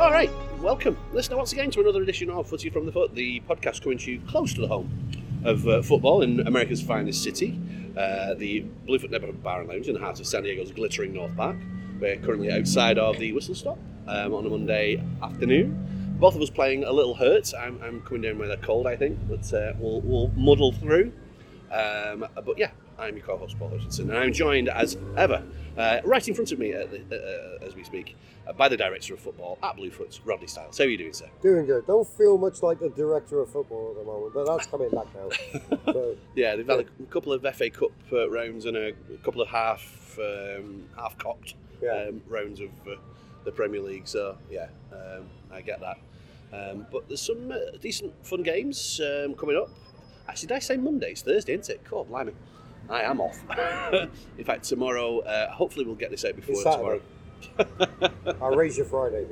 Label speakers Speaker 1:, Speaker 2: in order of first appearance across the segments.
Speaker 1: All right, welcome, listener, once again to another edition of Footy from the Foot, the podcast coming to you close to the home of uh, football in America's finest city, uh, the Bluefoot Neighborhood Bar and Lounge in the heart of San Diego's glittering North Park. We're currently outside of the Whistle Stop um, on a Monday afternoon. Both of us playing a little hurt. I'm, I'm coming down with a cold, I think, but uh, we'll, we'll muddle through. Um, but yeah, I'm your co-host Paul Hutchinson, and I'm joined as ever, uh, right in front of me at the, uh, as we speak, uh, by the director of football at Bluefoots, Rodney Stiles. How are you doing, sir?
Speaker 2: Doing good. Don't feel much like the director of football at the moment, but that's coming back now. so,
Speaker 1: Yeah, they've had a couple of FA Cup uh, rounds and a couple of half um, half cocked
Speaker 2: yeah.
Speaker 1: um, rounds of uh, the Premier League. So yeah, um, I get that. Um, but there's some uh, decent fun games um, coming up. Actually, did I say Monday? It's Thursday, isn't it? Cool, blimey. I am off. In fact, tomorrow, uh, hopefully, we'll get this out before
Speaker 2: It's
Speaker 1: tomorrow.
Speaker 2: Saturday. I'll raise you Friday.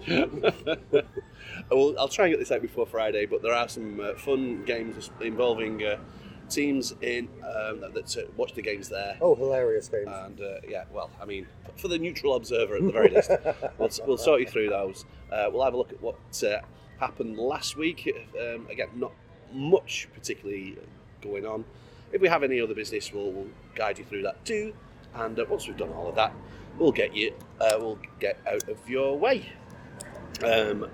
Speaker 1: Well, I'll try and get this out before Friday, but there are some uh, fun games involving uh, teams in um, that, that uh, watch the games there.
Speaker 2: Oh, hilarious games.
Speaker 1: And uh, yeah, well, I mean, for the neutral observer at the very least, we'll, we'll sort you through those. Uh, we'll have a look at what uh, happened last week. Um, again, not much particularly going on. If we have any other business, we'll, we'll guide you through that too. And uh, once we've done all of that, we'll get you, uh, we'll get out of your way. Um,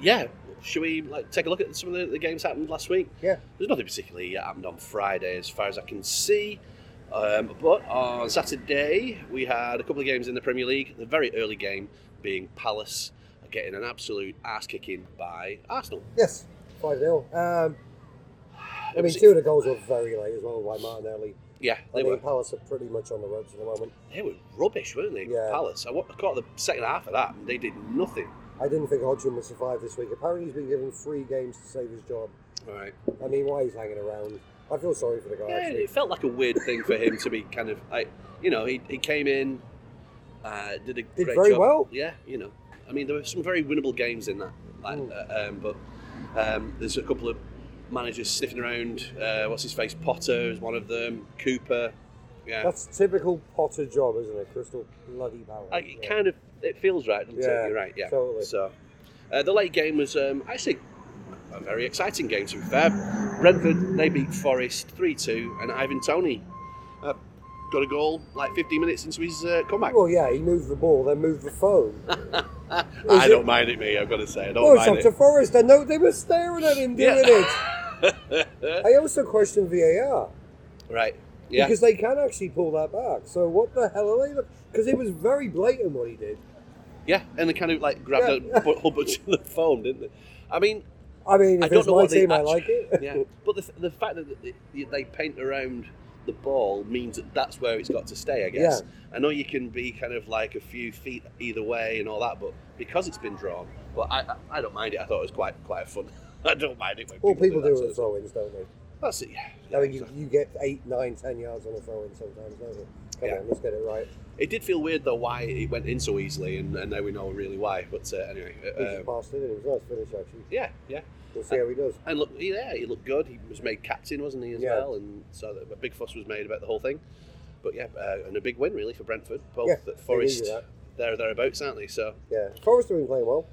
Speaker 1: yeah, should we like take a look at some of the, the games happened last week?
Speaker 2: Yeah.
Speaker 1: There's nothing particularly happened on Friday as far as I can see. Um, but on Saturday, we had a couple of games in the Premier League. The very early game being Palace getting an absolute ass kicking by Arsenal.
Speaker 2: Yes, 5 0. Um, I
Speaker 1: It
Speaker 2: mean,
Speaker 1: was-
Speaker 2: two of the goals were very late as well by Martinelli.
Speaker 1: Yeah,
Speaker 2: I
Speaker 1: they
Speaker 2: mean,
Speaker 1: were
Speaker 2: Palace are pretty much on the ropes at the moment.
Speaker 1: they were rubbish, weren't they?
Speaker 2: Yeah.
Speaker 1: Palace. I wa- I caught the second half of that, and they did nothing.
Speaker 2: I didn't think Hodgson would survive this week. Apparently, he's been given three games to save his job.
Speaker 1: All right.
Speaker 2: I mean, why he's hanging around? I feel sorry for the guy,
Speaker 1: Yeah,
Speaker 2: actually.
Speaker 1: it felt like a weird thing for him to be kind of like, you know, he, he came in, uh, did a
Speaker 2: Did
Speaker 1: great
Speaker 2: very
Speaker 1: job.
Speaker 2: well.
Speaker 1: Yeah, you know, I mean, there were some very winnable games in that, like,
Speaker 2: Mm.
Speaker 1: uh, um, but um, there's a couple of managers sniffing around. Uh, what's his face? Potter is one of them. Cooper. Yeah,
Speaker 2: That's typical Potter job, isn't it? Crystal bloody Palace.
Speaker 1: I, it
Speaker 2: yeah.
Speaker 1: kind of it feels right. Doesn't
Speaker 2: Yeah,
Speaker 1: it? You're right. Yeah.
Speaker 2: totally.
Speaker 1: So uh, the late game was um, actually a very exciting game. To be fair, Brentford they beat Forest three two, and Ivan Tony uh, got a goal like 15 minutes into his uh, comeback.
Speaker 2: Well, Oh, yeah, he moved the ball, then moved the phone.
Speaker 1: I
Speaker 2: it-
Speaker 1: don't mind it, me. I've got to say, I don't
Speaker 2: Oh, it's
Speaker 1: mind
Speaker 2: up
Speaker 1: it.
Speaker 2: to Forrest. I know they were staring at him doing it. I also question VAR
Speaker 1: right. Yeah.
Speaker 2: because they can actually pull that back. So what the hell are they? Because it was very blatant what he did.
Speaker 1: yeah. And they kind of like grabbed
Speaker 2: Yeah.
Speaker 1: a bu- whole bunch of the phone, didn't they? I mean,
Speaker 2: I mean,
Speaker 1: I
Speaker 2: if
Speaker 1: don't
Speaker 2: it's
Speaker 1: know
Speaker 2: my
Speaker 1: what they
Speaker 2: team, I
Speaker 1: actu-
Speaker 2: like it.
Speaker 1: yeah. But the, the fact that they, they paint around the ball means that that's where it's got to stay, I guess. I know you can be kind of like a few feet either way and all that, but because it's been drawn, well, I, I, I don't mind it. I thought it was quite quite fun. I don't mind it when
Speaker 2: Well,
Speaker 1: people,
Speaker 2: people do
Speaker 1: that
Speaker 2: it
Speaker 1: sort
Speaker 2: with
Speaker 1: of stuff.
Speaker 2: throw-ins, don't they?
Speaker 1: That's it. Yeah.
Speaker 2: I mean, you, you get eight, nine, ten yards on a throw-in sometimes, don't you? Come
Speaker 1: Yeah.
Speaker 2: on, let's get it right.
Speaker 1: It did feel weird though why it went in so easily, and, and now we know really why. But uh, anyway,
Speaker 2: He just
Speaker 1: uh,
Speaker 2: passed it, and it was a nice finish actually.
Speaker 1: yeah, yeah.
Speaker 2: We'll
Speaker 1: uh,
Speaker 2: see how he does.
Speaker 1: And look, he- yeah, he looked good. He was made captain, wasn't he, as
Speaker 2: Yeah.
Speaker 1: well? And so that a big fuss was made about the whole thing. But yeah, uh, and a big win really for Brentford. Both
Speaker 2: Yeah,
Speaker 1: at
Speaker 2: they
Speaker 1: Forest,
Speaker 2: needed that.
Speaker 1: there thereabouts, aren't they? So
Speaker 2: Yeah, Forrest have been playing well.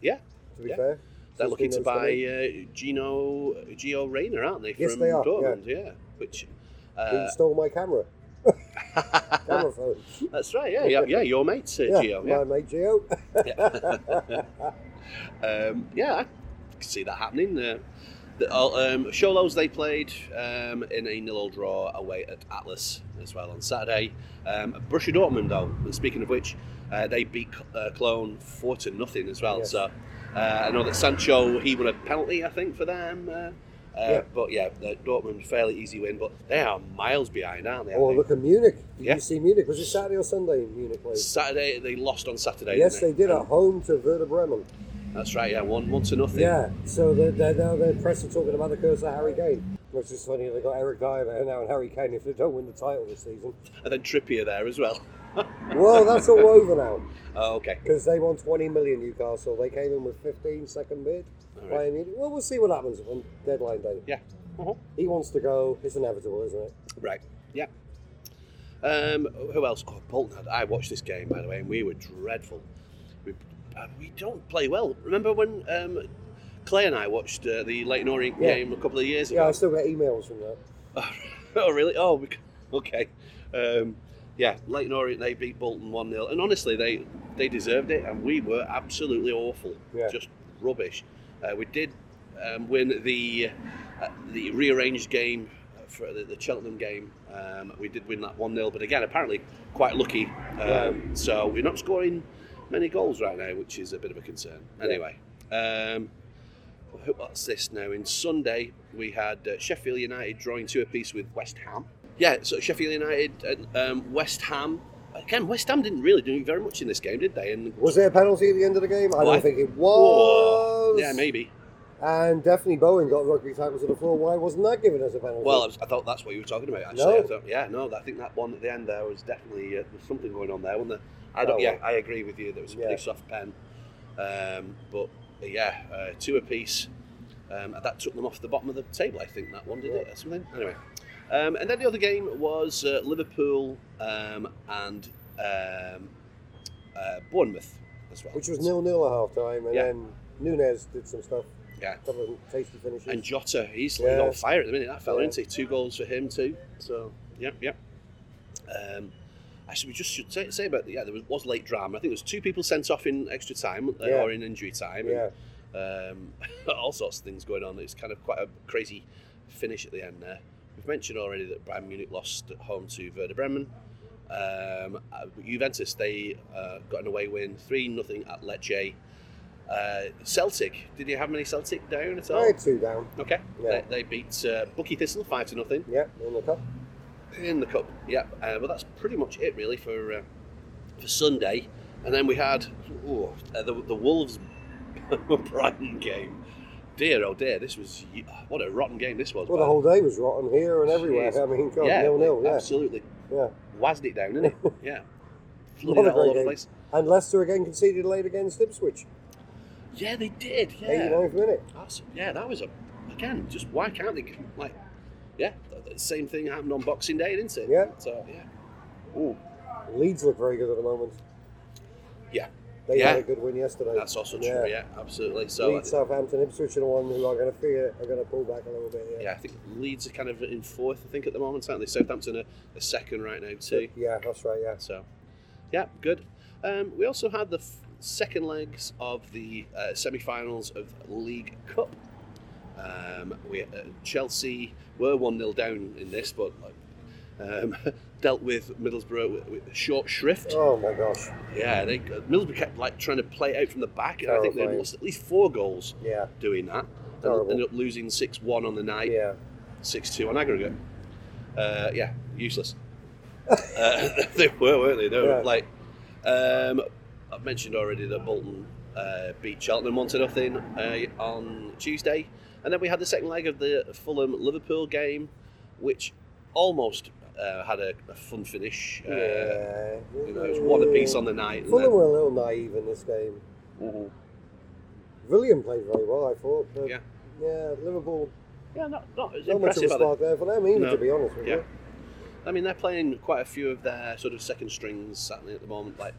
Speaker 1: Yeah.
Speaker 2: To be
Speaker 1: Yeah.
Speaker 2: fair,
Speaker 1: they're
Speaker 2: Since
Speaker 1: looking to
Speaker 2: Nuno's come
Speaker 1: buy
Speaker 2: in.
Speaker 1: uh, Gino Gio Reyna, aren't they? From
Speaker 2: Yes, they are, yeah.
Speaker 1: Dortmund, yeah. Which uh,
Speaker 2: he stole my camera. camera phone.
Speaker 1: that's right, yeah, yeah, yeah. Your mates, uh,
Speaker 2: Yeah,
Speaker 1: Gio.
Speaker 2: my mate Geo.
Speaker 1: Yeah. um, yeah, I can see that happening. Uh, the, uh, um, Sholos they played um, in a nil draw away at Atlas as well on Saturday. Um, Borussia Dortmund though, and speaking of which, uh, they beat uh, Cologne four to nothing as well.
Speaker 2: Yes.
Speaker 1: So uh, I know that Sancho he won a penalty I think for them. Uh, uh,
Speaker 2: Yeah.
Speaker 1: But yeah, the Dortmund fairly easy win, but they are miles behind, aren't they? I
Speaker 2: Oh,
Speaker 1: think?
Speaker 2: look at Munich. Did
Speaker 1: Yeah.
Speaker 2: you see Munich? Was it Saturday or Sunday in Munich played?
Speaker 1: Saturday they lost on Saturday.
Speaker 2: Yes, they
Speaker 1: didn't
Speaker 2: did
Speaker 1: And
Speaker 2: at home to Werder Bremen.
Speaker 1: That's right. Yeah, one one to nothing.
Speaker 2: Yeah, so they're, they're, now they're press are talking about the curse of Harry Kane. Which is funny, they got Eric Dyer there now and Harry Kane if they don't win the title this season.
Speaker 1: and then Trippier there as well.
Speaker 2: Well, that's all over now
Speaker 1: Oh, okay.
Speaker 2: because they won 20 million Newcastle. They came in with 15 second bid.
Speaker 1: All right.
Speaker 2: Bayern Munich. Well, we'll see what happens on deadline day.
Speaker 1: Yeah. Uh-huh.
Speaker 2: He wants to go. It's inevitable, isn't it?
Speaker 1: Right. Yeah. Um, who else? Oh, Bolton. had- I watched this game by the way, and we were dreadful. We, and we don't play well. Remember when um, Clay and I watched uh, the Leighton Orient
Speaker 2: Yeah.
Speaker 1: game a couple of years
Speaker 2: Yeah, I
Speaker 1: ago?
Speaker 2: still get emails from that.
Speaker 1: oh, really? Oh, we c- okay. Um, yeah, Leighton Orient, they beat Bolton 1 0. And honestly, they, they deserved it, and we were absolutely awful.
Speaker 2: Yeah.
Speaker 1: Just rubbish. Uh, we did um, win the, uh, the rearranged game for the, the Cheltenham game. Um, we did win that 1 0, but again, apparently quite lucky. Um,
Speaker 2: Yeah.
Speaker 1: So we're not scoring many goals right now, which is a bit of a concern. Anyway. Um, who- what's this now? In Sunday, we had uh, Sheffield United drawing two apiece with West Ham. Yeah, so Sheffield United and um, West Ham. Again, West Ham didn't really do very much in this game, did they? And
Speaker 2: Was there a penalty at the end of the game? I
Speaker 1: Well,
Speaker 2: don't
Speaker 1: I-
Speaker 2: think it
Speaker 1: Whoa.
Speaker 2: was.
Speaker 1: yeah, maybe.
Speaker 2: And definitely Bowen got rugby tackles to the floor. Why wasn't that given as a penalty?
Speaker 1: Well, I, was, I thought that's what you were talking about. Actually,
Speaker 2: No.
Speaker 1: I thought, yeah, no, I think that one at the end there was definitely uh, there's something going on there, wasn't there? I don't.
Speaker 2: Oh,
Speaker 1: yeah,
Speaker 2: well.
Speaker 1: I agree with you. There was a pretty
Speaker 2: Yeah.
Speaker 1: soft pen, um, but uh, yeah, uh, two apiece. Um, and that took them off the bottom of the table, I think that one did it or something. Anyway, um, and then the other game was uh, Liverpool um, and um, uh, Bournemouth as well,
Speaker 2: which was nil nil at half time, and
Speaker 1: Yeah.
Speaker 2: then Nunez did some stuff,
Speaker 1: Yeah,
Speaker 2: a couple of tasty finishes.
Speaker 1: And Jota, he's he's
Speaker 2: Yeah.
Speaker 1: on fire at the minute. That fella,
Speaker 2: Yeah.
Speaker 1: isn't he? Two goals for him too. So, yep, yep. Um, actually, we just should say, say about the, yeah, there was, was late drama. I think there was two people sent off in extra time uh,
Speaker 2: Yeah.
Speaker 1: or in injury time.
Speaker 2: yeah,
Speaker 1: And, um, all sorts of things going on. It's kind of quite a crazy finish at the end there. We've mentioned already that Bayern Munich lost at home to Werder Bremen. Um, uh, Juventus they uh, got an away win, three nothing at Lecce. Uh, Celtic, did you have many Celtic down at all?
Speaker 2: I had two down.
Speaker 1: Okay.
Speaker 2: Yeah.
Speaker 1: They, they beat uh, Bucky Thistle five to nothing
Speaker 2: Yeah, in the cup.
Speaker 1: in the cup. Yeah. Uh, well, that's pretty much it really for uh, for Sunday, and then we had ooh, uh, the the Wolves Brighton game. Dear oh dear, this was what a rotten game this was.
Speaker 2: Well,
Speaker 1: man.
Speaker 2: the whole day was rotten here and everywhere.
Speaker 1: Jeez.
Speaker 2: I mean, God, nil nil. Yeah,
Speaker 1: absolutely
Speaker 2: yeah.
Speaker 1: wazzed it down, didn't it? yeah.
Speaker 2: What
Speaker 1: Flooded
Speaker 2: a
Speaker 1: it all
Speaker 2: great
Speaker 1: over the
Speaker 2: game.
Speaker 1: place.
Speaker 2: And Leicester again conceded late against Ipswich.
Speaker 1: Yeah, they did. Yeah.
Speaker 2: 89th minute.
Speaker 1: That's, yeah, that was a again. Just why can't they give- like? Yeah, the, the same thing happened on Boxing Day, didn't it?
Speaker 2: Yeah.
Speaker 1: So yeah. Ooh,
Speaker 2: Leeds look very good at the moment.
Speaker 1: Yeah.
Speaker 2: They
Speaker 1: Yeah.
Speaker 2: had a good win yesterday.
Speaker 1: that's also true. Yeah,
Speaker 2: Yeah.
Speaker 1: absolutely. So
Speaker 2: Leeds, Southampton, Ipswich are the one who are going to fear are going to pull back a little bit.
Speaker 1: yeah, I think Leeds are kind of in fourth. I think at the moment, aren't they? Southampton are, are second right now too.
Speaker 2: Yeah, that's right. Yeah.
Speaker 1: So yeah, good. Um, we also had the f- second legs of the uh, semi-finals of League Cup. Um, we uh, Chelsea were one 0 down in this, but like, um, dealt with Middlesbrough with, with short shrift.
Speaker 2: Oh my gosh.
Speaker 1: Yeah, they, uh, Middlesbrough kept like trying to play it out from the back, and I think they
Speaker 2: Terrifying.
Speaker 1: lost at least four goals
Speaker 2: Yeah.
Speaker 1: doing that. And
Speaker 2: Terrible.
Speaker 1: ended up losing six one on the night,
Speaker 2: Yeah.
Speaker 1: six two on aggregate. Uh, yeah, useless. uh, they were, weren't they? They were
Speaker 2: Yeah.
Speaker 1: like um, I've mentioned already that Bolton uh, beat Cheltenham one to nothing uh, on Tuesday, and then we had the second leg of the Fulham Liverpool game, which almost uh, had a, a fun finish. Uh,
Speaker 2: yeah. Mm.
Speaker 1: You know, it was one apiece on the night. and
Speaker 2: Fulham were a little naive in this game.
Speaker 1: then- Mhm.
Speaker 2: William played very well, I thought. But
Speaker 1: Yeah.
Speaker 2: Yeah, Liverpool.
Speaker 1: Yeah, not, not as
Speaker 2: Not much
Speaker 1: impressive.
Speaker 2: of a
Speaker 1: are they?
Speaker 2: spark there for them either,
Speaker 1: No.
Speaker 2: to be honest with
Speaker 1: Yeah.
Speaker 2: you.
Speaker 1: I mean, they're playing quite a few of their sort of second strings certainly at the moment, like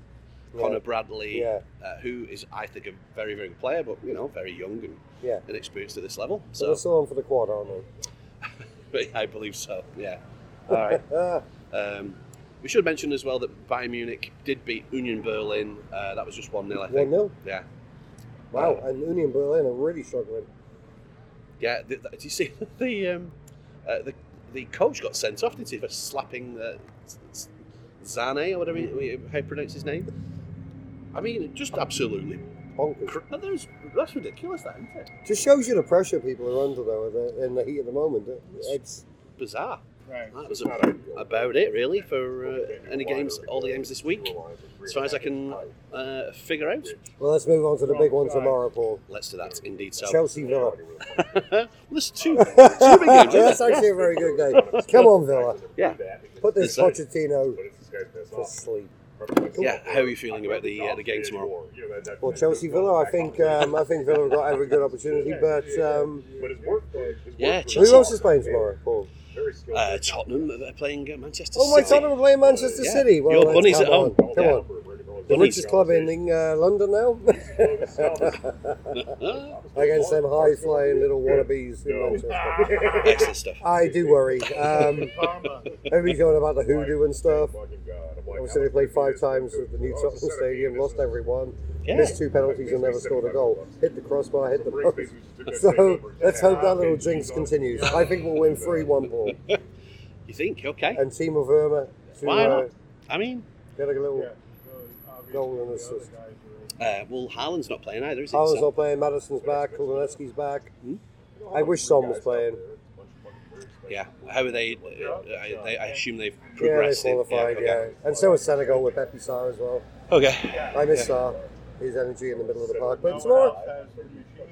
Speaker 2: Yeah.
Speaker 1: Connor Bradley,
Speaker 2: Yeah.
Speaker 1: uh, who is, I think, a very, very good player, but you know, very young and
Speaker 2: Yeah.
Speaker 1: inexperienced at this level.
Speaker 2: So they're
Speaker 1: So,
Speaker 2: still on for the quad, aren't they?
Speaker 1: I believe so. Yeah. All right.
Speaker 2: Ah,
Speaker 1: Um, we should mention as well that Bayern Munich did beat Union Berlin. Uh, that was just one 0 I
Speaker 2: one
Speaker 1: think.
Speaker 2: 0
Speaker 1: Yeah.
Speaker 2: Wow.
Speaker 1: Uh,
Speaker 2: and Union Berlin are really struggling.
Speaker 1: yeah. Th- th- do you see the um, uh, the the coach got sent off, didn't he, for slapping uh, S- S- Zane or whatever he, how you pronounce his name? I mean, just absolutely
Speaker 2: Bonkers.
Speaker 1: Cr- oh, That is, that's ridiculous, that, isn't it?
Speaker 2: Just shows you the pressure people are under though in the, in the heat of the moment. It's
Speaker 1: Bizarre.
Speaker 3: Right.
Speaker 1: That was a- about it, really, for uh, any games, all the games this week, as far as I can uh, figure out.
Speaker 2: well. Let's move on to the big one tomorrow, Paul.
Speaker 1: Let's do that, indeed. So,
Speaker 2: Chelsea Villa.
Speaker 1: well, there's two, two big games. isn't
Speaker 2: That's
Speaker 1: there?
Speaker 2: actually a very good game. Come on, Villa.
Speaker 1: Yeah.
Speaker 2: Put this
Speaker 1: Yes, sir.
Speaker 2: Pochettino to sleep.
Speaker 1: Yeah, how are you feeling about the uh, the game tomorrow?
Speaker 2: Well, Chelsea Villa. I think um, I think Villa have got every good opportunity, but um,
Speaker 1: Yeah,
Speaker 2: who
Speaker 1: Chelsea.
Speaker 2: else is playing tomorrow, Paul?
Speaker 1: Uh, Tottenham are playing uh, Manchester
Speaker 2: Oh, my
Speaker 1: City.
Speaker 2: Tottenham are playing Manchester City. Well,
Speaker 1: Your
Speaker 2: then,
Speaker 1: bunnies
Speaker 2: come
Speaker 1: at home.
Speaker 2: on, Come on. The
Speaker 1: Bunny
Speaker 2: richest club in uh, London now
Speaker 1: Uh,
Speaker 2: against them high flying little wannabes in Manchester.
Speaker 1: Excellent stuff.
Speaker 2: I do worry. Um, everybody's going about the hoodoo and stuff. Obviously, they played five times at the New Tottenham Stadium, lost everyone,
Speaker 1: Yeah.
Speaker 2: missed two penalties and never scored a goal. Hit the crossbar, hit the post. So let's hope that little jinx continues. I think we'll win 3 1 ball.
Speaker 1: You think? Okay.
Speaker 2: And Timo Verma to
Speaker 1: Why
Speaker 2: uh,
Speaker 1: not? I mean,
Speaker 2: get a little goal and assist.
Speaker 1: uh, well, Haaland's not playing either, is he?
Speaker 2: Haaland's
Speaker 1: So-
Speaker 2: not playing, Madison's back, Kulonetsky's back. I wish Son was playing.
Speaker 1: yeah. How are they? Uh, I, they? I assume they've
Speaker 2: Yeah, they
Speaker 1: progressed. in-
Speaker 2: qualified, yeah.
Speaker 1: okay.
Speaker 2: And so is Senegal with Pepe Sarr as well.
Speaker 1: Okay.
Speaker 2: I miss Sarr, his energy in the middle of the park. But it's all right.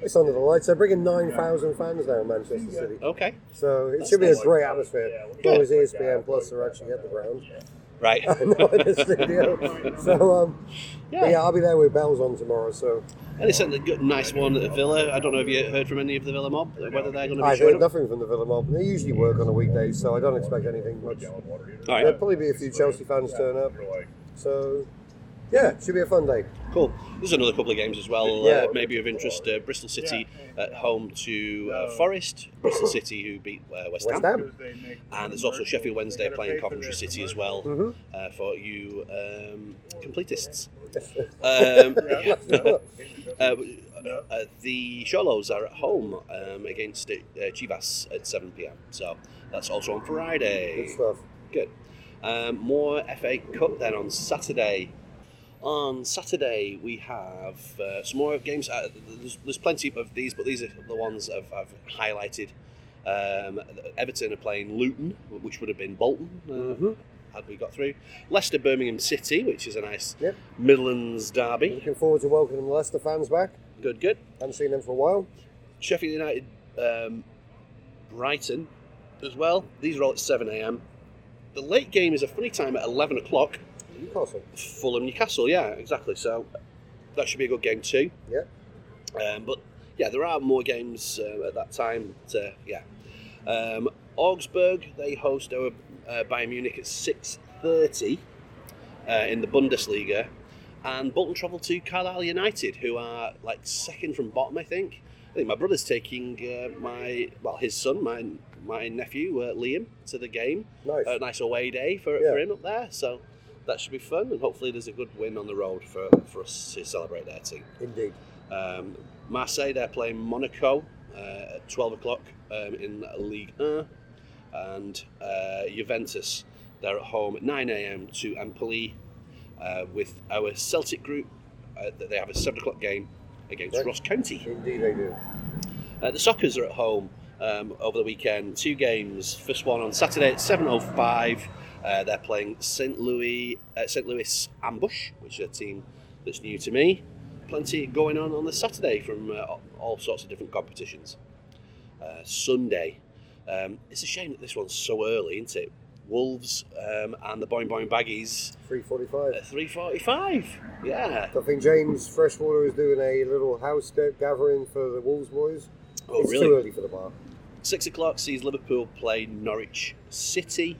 Speaker 2: It's under the lights. They're bringing 9,000 fans now in Manchester City.
Speaker 1: Okay.
Speaker 2: So it
Speaker 1: That's
Speaker 2: should be a
Speaker 1: nice.
Speaker 2: great atmosphere. E As long as ESPN Plus are actually at the ground.
Speaker 1: Right.
Speaker 2: Not in the studio. So, um, but yeah,
Speaker 1: yeah.
Speaker 2: I'll be there with bells on tomorrow. So
Speaker 1: And they sent a good, nice one at Villa. I don't know if you heard from any of the Villa mob whether they're going to be
Speaker 2: I've
Speaker 1: showing
Speaker 2: heard
Speaker 1: up.
Speaker 2: nothing from the Villa Mob. They usually work on the weekdays, so I don't expect anything much.
Speaker 1: All
Speaker 2: There'll
Speaker 1: right.
Speaker 2: probably be a few Chelsea fans turn up. So, yeah, should be a fun day.
Speaker 1: Cool. There's another couple of games as well,
Speaker 2: Yeah.
Speaker 1: uh, maybe of interest. Uh, Bristol City at home to uh, Forest. Bristol City, who beat uh, West,
Speaker 2: West
Speaker 1: Ham.
Speaker 2: Ham.
Speaker 1: And there's also Sheffield Wednesday playing Coventry City as well
Speaker 2: Mhm.
Speaker 1: uh, for you um, completists. Um, uh, uh, the Sholos are at home um, against uh, Chivas at 7 pm. So that's also on Friday.
Speaker 2: Good stuff.
Speaker 1: Good. Um, more FA Cup then on Saturday. On Saturday we have uh, some more games. Uh, there's, there's plenty of these, but these are the ones I've, I've highlighted. Um, Everton are playing Luton, which would have been Bolton uh,
Speaker 2: Mhm.
Speaker 1: had we got through. Leicester Birmingham City, which is a nice
Speaker 2: Yep.
Speaker 1: Midlands derby.
Speaker 2: Looking forward to welcoming the Leicester fans back.
Speaker 1: Good, good.
Speaker 2: Haven't seen them for a while.
Speaker 1: Sheffield United, um, Brighton as well. These are all at 7 a.m. The late game is a funny time at 11 o'clock.
Speaker 2: Newcastle.
Speaker 1: Fulham Newcastle, yeah, exactly. So that should be a good game too.
Speaker 2: Yeah.
Speaker 1: Um, but yeah, there are more games uh, at that time. But, uh, yeah, um, Augsburg they host our, uh, Bayern Munich at six thirty uh, in the Bundesliga, and Bolton travel to Carlisle United, who are like second from bottom, I think. I think my brother's taking uh, my well his son, my my nephew uh, Liam, to the game
Speaker 2: Nice.
Speaker 1: a nice away day for,
Speaker 2: Yeah.
Speaker 1: for him up there. So that should be fun, and hopefully there's a good win on the road for, for us to celebrate their team.
Speaker 2: Indeed.
Speaker 1: Um, Marseille, they're playing Monaco uh, at 12 o'clock um, in League 1. And uh, Juventus, they're at home at 9 a.m. to Empoli uh, with our Celtic group. Uh, that they have a 7 o'clock game against
Speaker 2: Right.
Speaker 1: Ross County.
Speaker 2: Indeed, they do.
Speaker 1: Uh, the Sockers are at home um, over the weekend. Two games. First one on Saturday at 7.05. Uh, they're playing St. Louis, uh, St. Louis Ambush, which is a team that's new to me. Plenty going on on the Saturday from uh, all sorts of different competitions. Uh, Sunday. Um, it's a shame that this one's so early, isn't it? Wolves um, and the Boing Boing Baggies
Speaker 2: 345.
Speaker 1: at 3.45. Yeah.
Speaker 2: I think James Freshwater is doing a little house ga- gathering for the Wolves boys.
Speaker 1: Oh,
Speaker 2: it's
Speaker 1: really?
Speaker 2: too early for the bar.
Speaker 1: Six o'clock sees Liverpool play Norwich City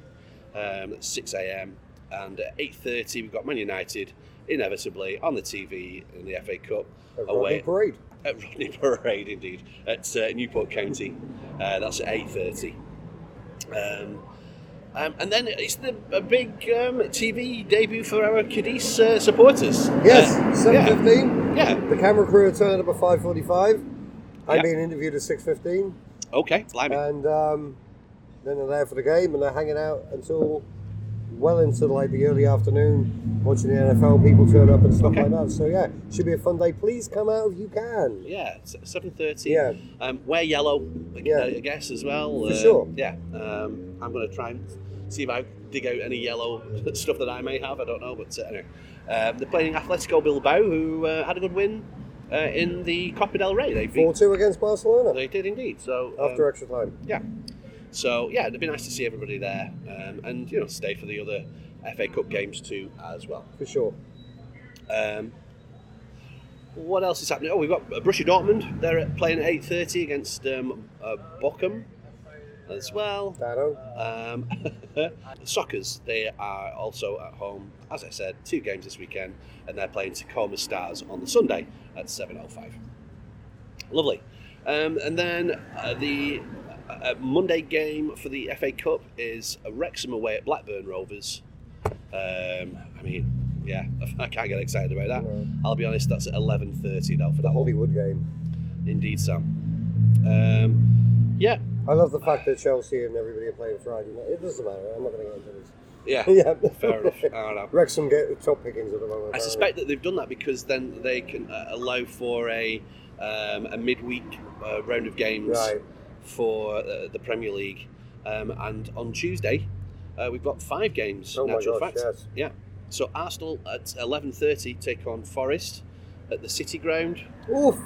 Speaker 1: um, at 6 a.m. And at 8.30, we've got Man United inevitably on the TV in the FA Cup
Speaker 2: A Rodney
Speaker 1: away
Speaker 2: parade.
Speaker 1: at Rodney Parade, indeed, at uh, Newport County. Uh, that's at 8.30. Um, um, and then it's the, a big um, TV debut for our Cadiz uh, supporters.
Speaker 2: Yes,
Speaker 1: Uh,
Speaker 2: seven fifteen.
Speaker 1: yeah, yeah,
Speaker 2: The camera crew are turning up at five forty-five. I'm
Speaker 1: Yeah.
Speaker 2: being interviewed at six fifteen,
Speaker 1: okay, blimey.
Speaker 2: and um, then they're there for the game, and they're hanging out until well into like the early afternoon, watching the NFL. People turn up and stuff
Speaker 1: Okay.
Speaker 2: like that. So yeah, should be a fun day. Please come out if you can.
Speaker 1: yeah, s- 7.30.
Speaker 2: Yeah,
Speaker 1: Um, wear yellow, I-
Speaker 2: Yeah.
Speaker 1: I guess, as well. uh,
Speaker 2: For sure.
Speaker 1: Yeah. Um, I'm going to try and see if I dig out any yellow stuff that I may have. I don't know, but uh, anyway. Um, they're playing Atletico Bilbao, who uh, had a good win uh, in the Copa del Rey. They beat.
Speaker 2: four-two against Barcelona
Speaker 1: They did indeed. So um,
Speaker 2: after extra time.
Speaker 1: so yeah, it'd be nice to see everybody there, um, and you know, stay for the other FA Cup games too as well.
Speaker 2: For sure.
Speaker 1: Um, what else is happening? Oh, we've got uh, Borussia Dortmund. They're at- playing at eight thirty against um, uh, Bochum. as well.
Speaker 2: Dano.
Speaker 1: Um, Sockers, they are also at home, as I said, two games this weekend, and they're playing Tacoma Stars on the Sunday at 7.05. Lovely. Um, and then uh, the uh, uh, Monday game for the FA Cup is Wrexham away at Blackburn Rovers. Um, I mean, yeah, I can't get excited about that.
Speaker 2: No.
Speaker 1: I'll be honest, that's at 11.30 now for
Speaker 2: The
Speaker 1: that one.
Speaker 2: Hollywood game.
Speaker 1: Indeed, Sam. Um, yeah,
Speaker 2: I love the fact that Chelsea and everybody are playing Friday. night. It doesn't matter. I'm not going to get into this.
Speaker 1: yeah,
Speaker 2: yeah.
Speaker 1: fair enough. I don't know.
Speaker 2: Wrexham get top pickings at the moment.
Speaker 1: I
Speaker 2: apparently.
Speaker 1: suspect that they've done that because then they can uh, allow for a um, a midweek uh, round of games
Speaker 2: Right.
Speaker 1: for uh, the Premier League, um, and on Tuesday uh, we've got five games.
Speaker 2: Oh
Speaker 1: in
Speaker 2: my
Speaker 1: actual
Speaker 2: gosh,
Speaker 1: fact.
Speaker 2: yes.
Speaker 1: yeah. So Arsenal at eleven thirty take on Forest at the City Ground.
Speaker 2: Oof.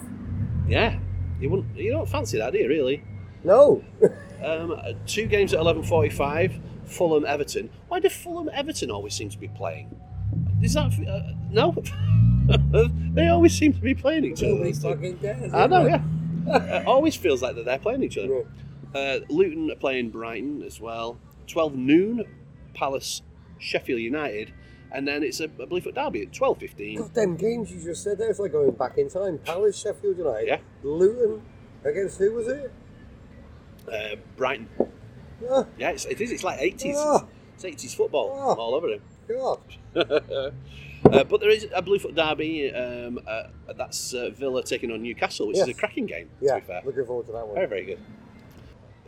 Speaker 1: Yeah, you wouldn't you don't fancy that, do you? Really?
Speaker 2: No.
Speaker 1: Um, uh, two games at eleven forty-five. Fulham Everton. Why do Fulham Everton always seem to be playing? Is that uh, no? they always seem to be playing each other.
Speaker 3: Nobody fucking does.
Speaker 1: I know,
Speaker 3: does it?
Speaker 1: yeah. Uh, always feels like that they're playing each other.
Speaker 2: Yeah.
Speaker 1: Uh, Luton are playing Brighton as well. Twelve noon, Palace, Sheffield United, and then it's a, a Bluefoot derby at twelve fifteen.
Speaker 2: God, them games you just said there, it's like going back in time. Palace, Sheffield United,
Speaker 1: Yeah.
Speaker 2: Luton against who was it?
Speaker 1: Uh, Brighton,
Speaker 2: Ah,
Speaker 1: yeah, it's, it is. It's like eighties.
Speaker 2: Ah.
Speaker 1: It's eighties football
Speaker 2: Ah.
Speaker 1: all over it.
Speaker 2: God.
Speaker 1: uh, but there is a Bluefoot derby. Um, uh, that's uh, Villa taking on Newcastle, which is
Speaker 2: Yes.
Speaker 1: a cracking game. To
Speaker 2: Yeah,
Speaker 1: be fair,
Speaker 2: looking forward to that one.
Speaker 1: very very good.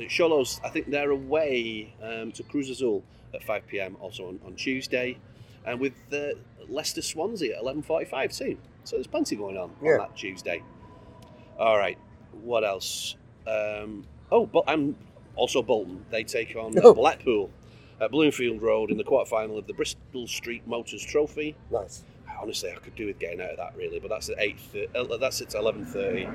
Speaker 1: Sholos, I think they're away um, to Cruz Azul at five pm, also on, on Tuesday, and with uh, Leicester Swansea at eleven forty five soon. So there's plenty going on
Speaker 2: Yeah.
Speaker 1: on that Tuesday. All right, what else? Um, oh, but I'm also Bolton. They take on uh,
Speaker 2: Oh.
Speaker 1: Blackpool at Bloomfield Road in the quarterfinal of the Bristol Street Motors Trophy
Speaker 2: Nice.
Speaker 1: honestly, I could do with getting out of that really, but that's at eight. thir- uh, That's at eleven thirty.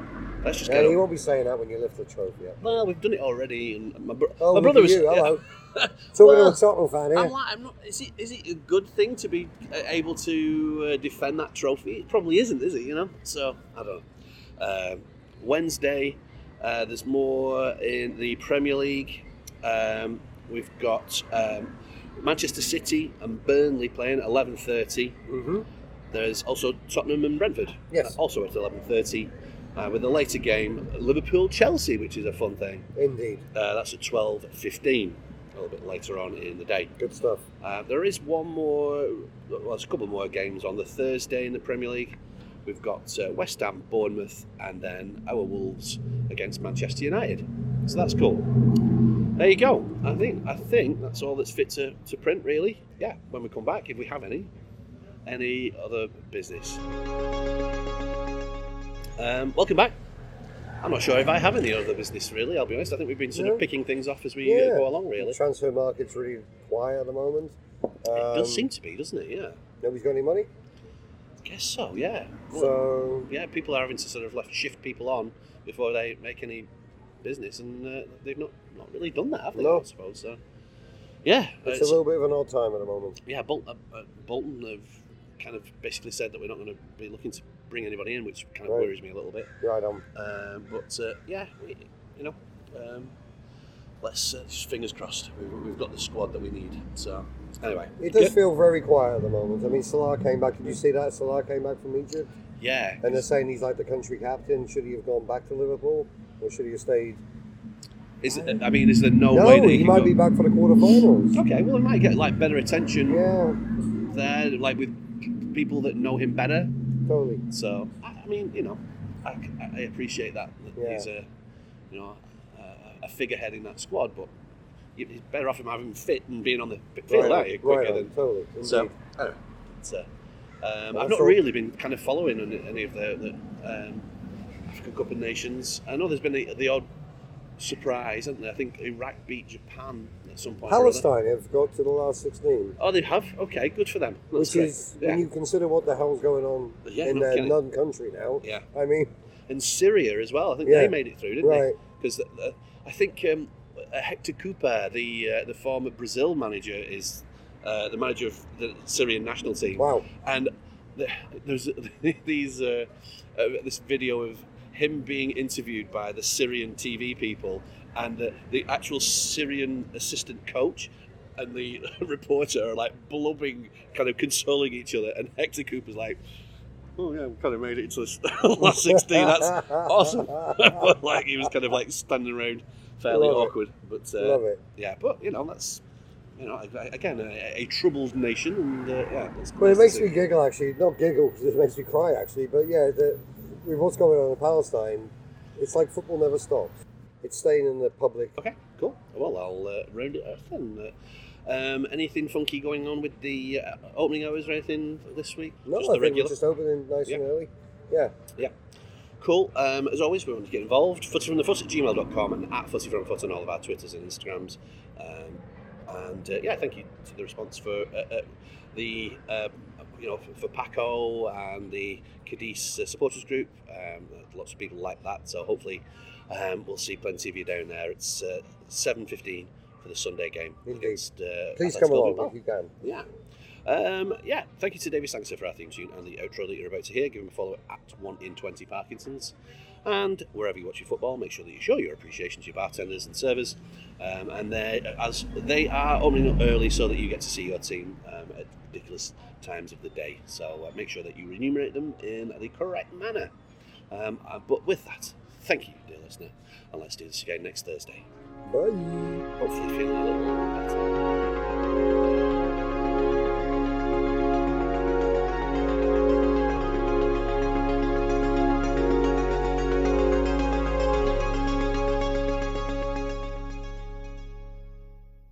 Speaker 1: Let's just
Speaker 2: Yeah,
Speaker 1: get.
Speaker 2: you
Speaker 1: up.
Speaker 2: won't be saying that when you lift the trophy up.
Speaker 1: Well, we've done it already, and my, bro-
Speaker 2: Oh,
Speaker 1: my
Speaker 2: look
Speaker 1: brother
Speaker 2: at
Speaker 1: was.
Speaker 2: you,
Speaker 1: yeah.
Speaker 2: hello. Talking to
Speaker 1: Well,
Speaker 2: a Tottenham fan
Speaker 1: I'm
Speaker 2: here.
Speaker 1: like, I'm not. Is it is it a good thing to be uh, able to uh, defend that trophy? It probably isn't, is it? You know. So I don't know. Um, Wednesday, uh, there's more in the Premier League. Um, we've got um, Manchester City and Burnley playing at eleven thirty.
Speaker 2: Mm-hmm.
Speaker 1: There's also Tottenham and Brentford.
Speaker 2: Yes.
Speaker 1: uh, Also at 11:30, uh, with the later game Liverpool Chelsea, which is a fun thing.
Speaker 2: Indeed.
Speaker 1: Uh, that's at 12:15, a little bit later on in the day.
Speaker 2: Good stuff.
Speaker 1: Uh, there is one more. Well, there's a couple more games on the Thursday in the Premier League. We've got uh, West Ham, Bournemouth, and then our Wolves against Manchester United. So that's cool. There you go. I think I think that's all that's fit to, to print really. Yeah. When we come back, if we have any, any other business. Um, welcome back. I'm not sure if I have any other business really. I'll be honest. I think we've been sort
Speaker 2: No.
Speaker 1: of picking things off as we
Speaker 2: Yeah.
Speaker 1: uh, go along. Really, it
Speaker 2: Transfer market's really quiet at the moment. Um,
Speaker 1: does seem to be, doesn't it? Yeah.
Speaker 2: Nobody's got any money,
Speaker 1: Guess so, yeah. Well,
Speaker 2: so
Speaker 1: yeah, people are having to sort of like shift people on before they make any business, and uh, they've not not really done that, have they?
Speaker 2: No.
Speaker 1: I suppose so. Yeah, uh,
Speaker 2: it's a
Speaker 1: it's-
Speaker 2: little bit of an odd time at the moment.
Speaker 1: yeah. Bol- uh, uh, Bolton have kind of basically said that we're not going to be looking to bring anybody in, which kind of
Speaker 2: Right.
Speaker 1: worries me a little bit.
Speaker 2: Right on.
Speaker 1: Um, but uh, yeah, we, you know, um, let's uh, just fingers crossed. We, we've got the squad that we need. So anyway,
Speaker 2: It does
Speaker 1: yeah,
Speaker 2: feel very quiet at the moment. I mean, Salah came back. Did you see that? Salah came back from Egypt.
Speaker 1: yeah.
Speaker 2: And they're saying he's like the country captain. Should he have gone back to Liverpool or should he have stayed?
Speaker 1: Is it, I mean, is there no,
Speaker 2: no,
Speaker 1: way that
Speaker 2: he,
Speaker 1: can
Speaker 2: might
Speaker 1: go-
Speaker 2: be back for the quarterfinals.
Speaker 1: Okay, well, he might get like better attention
Speaker 2: yeah,
Speaker 1: there, like with people that know him better.
Speaker 2: totally.
Speaker 1: So I, I mean, you know, I, c- I appreciate that, that
Speaker 2: Yeah.
Speaker 1: he's a you know a, a figurehead in that squad, but you- it's better off him having fit and being on the p- field,
Speaker 2: Right
Speaker 1: aren't you?
Speaker 2: on,
Speaker 1: Quicker
Speaker 2: right on,
Speaker 1: than
Speaker 2: totally. Indeed.
Speaker 1: so. Anyway, it's, uh, um, I've not
Speaker 2: so-
Speaker 1: really been kind of following any, any of the, the um, African Cup of Nations. I know there's been the, the odd surprise, hasn't there? I think Iraq beat Japan at some point. or other.
Speaker 2: Palestine have got to the last 16,
Speaker 1: Oh, they have. Okay, good for them. That's
Speaker 2: which
Speaker 1: great.
Speaker 2: is
Speaker 1: yeah.
Speaker 2: when you consider what the hell's going on
Speaker 1: Yeah,
Speaker 2: in
Speaker 1: no
Speaker 2: their
Speaker 1: kidding.
Speaker 2: non-country now.
Speaker 1: Yeah.
Speaker 2: I mean,
Speaker 1: and Syria as well. I think
Speaker 2: Yeah.
Speaker 1: they made it through, didn't
Speaker 2: right?
Speaker 1: they? Because uh, I think um, uh, Hector Cooper, the uh, the former Brazil manager, is uh, the manager of the Syrian national team,
Speaker 2: Wow.
Speaker 1: and the, there's these uh, uh, this video of him being interviewed by the Syrian TV people and the, the actual Syrian assistant coach and the reporter are like blubbing, kind of consoling each other. And Hector Cooper's like, oh yeah, we kind of made it into the last 16. That's awesome. like he was kind of like standing around fairly
Speaker 2: Love it.
Speaker 1: awkward. But uh,
Speaker 2: Love it.
Speaker 1: yeah, but you know, that's, you know, again, a, a troubled nation. And uh, yeah, that's
Speaker 2: Well,
Speaker 1: nice
Speaker 2: it
Speaker 1: to
Speaker 2: makes
Speaker 1: see.
Speaker 2: me giggle actually. Not giggle because it makes me cry actually. But yeah, the, with what's going on in Palestine, it's like football never stops. It's staying in the public.
Speaker 1: Okay, cool. Well, I'll uh, round it off then. Uh, Um, anything funky going on with the uh, opening hours or anything this week?
Speaker 2: No,
Speaker 1: just the
Speaker 2: I think
Speaker 1: regular.
Speaker 2: we're just opening nice and
Speaker 1: Yeah.
Speaker 2: early. Yeah.
Speaker 1: Cool. Um, as always, we want to get involved. Footy from the foot at gmail.com and at footy from foot on all of our Twitters and Instagrams. Um, and uh, yeah, thank you to the response for uh, uh, the uh, you know for, for Paco and the Cadiz uh, supporters group. Um, lots of people like that, so hopefully um, we'll see plenty of you down there. It's uh, seven fifteen for the Sunday game
Speaker 2: Indeed.
Speaker 1: against. Uh,
Speaker 2: Please
Speaker 1: Atletico
Speaker 2: come along
Speaker 1: Bilbao.
Speaker 2: if you can.
Speaker 1: Yeah. Um, yeah, thank you to David Sangster for our theme tune and the outro that you're about to hear. Give him a follow at 1 in 20 Parkinson's. And wherever you watch your football, make sure that you show your appreciation to your bartenders and servers. Um, and they, as they are opening up early so that you get to see your team um, at ridiculous times of the day. So uh, make sure that you remunerate them in the correct manner. Um, uh, but with that, thank you, dear listener. And let's do this again next Thursday.
Speaker 2: Bye.
Speaker 1: Hopefully, feeling a little better.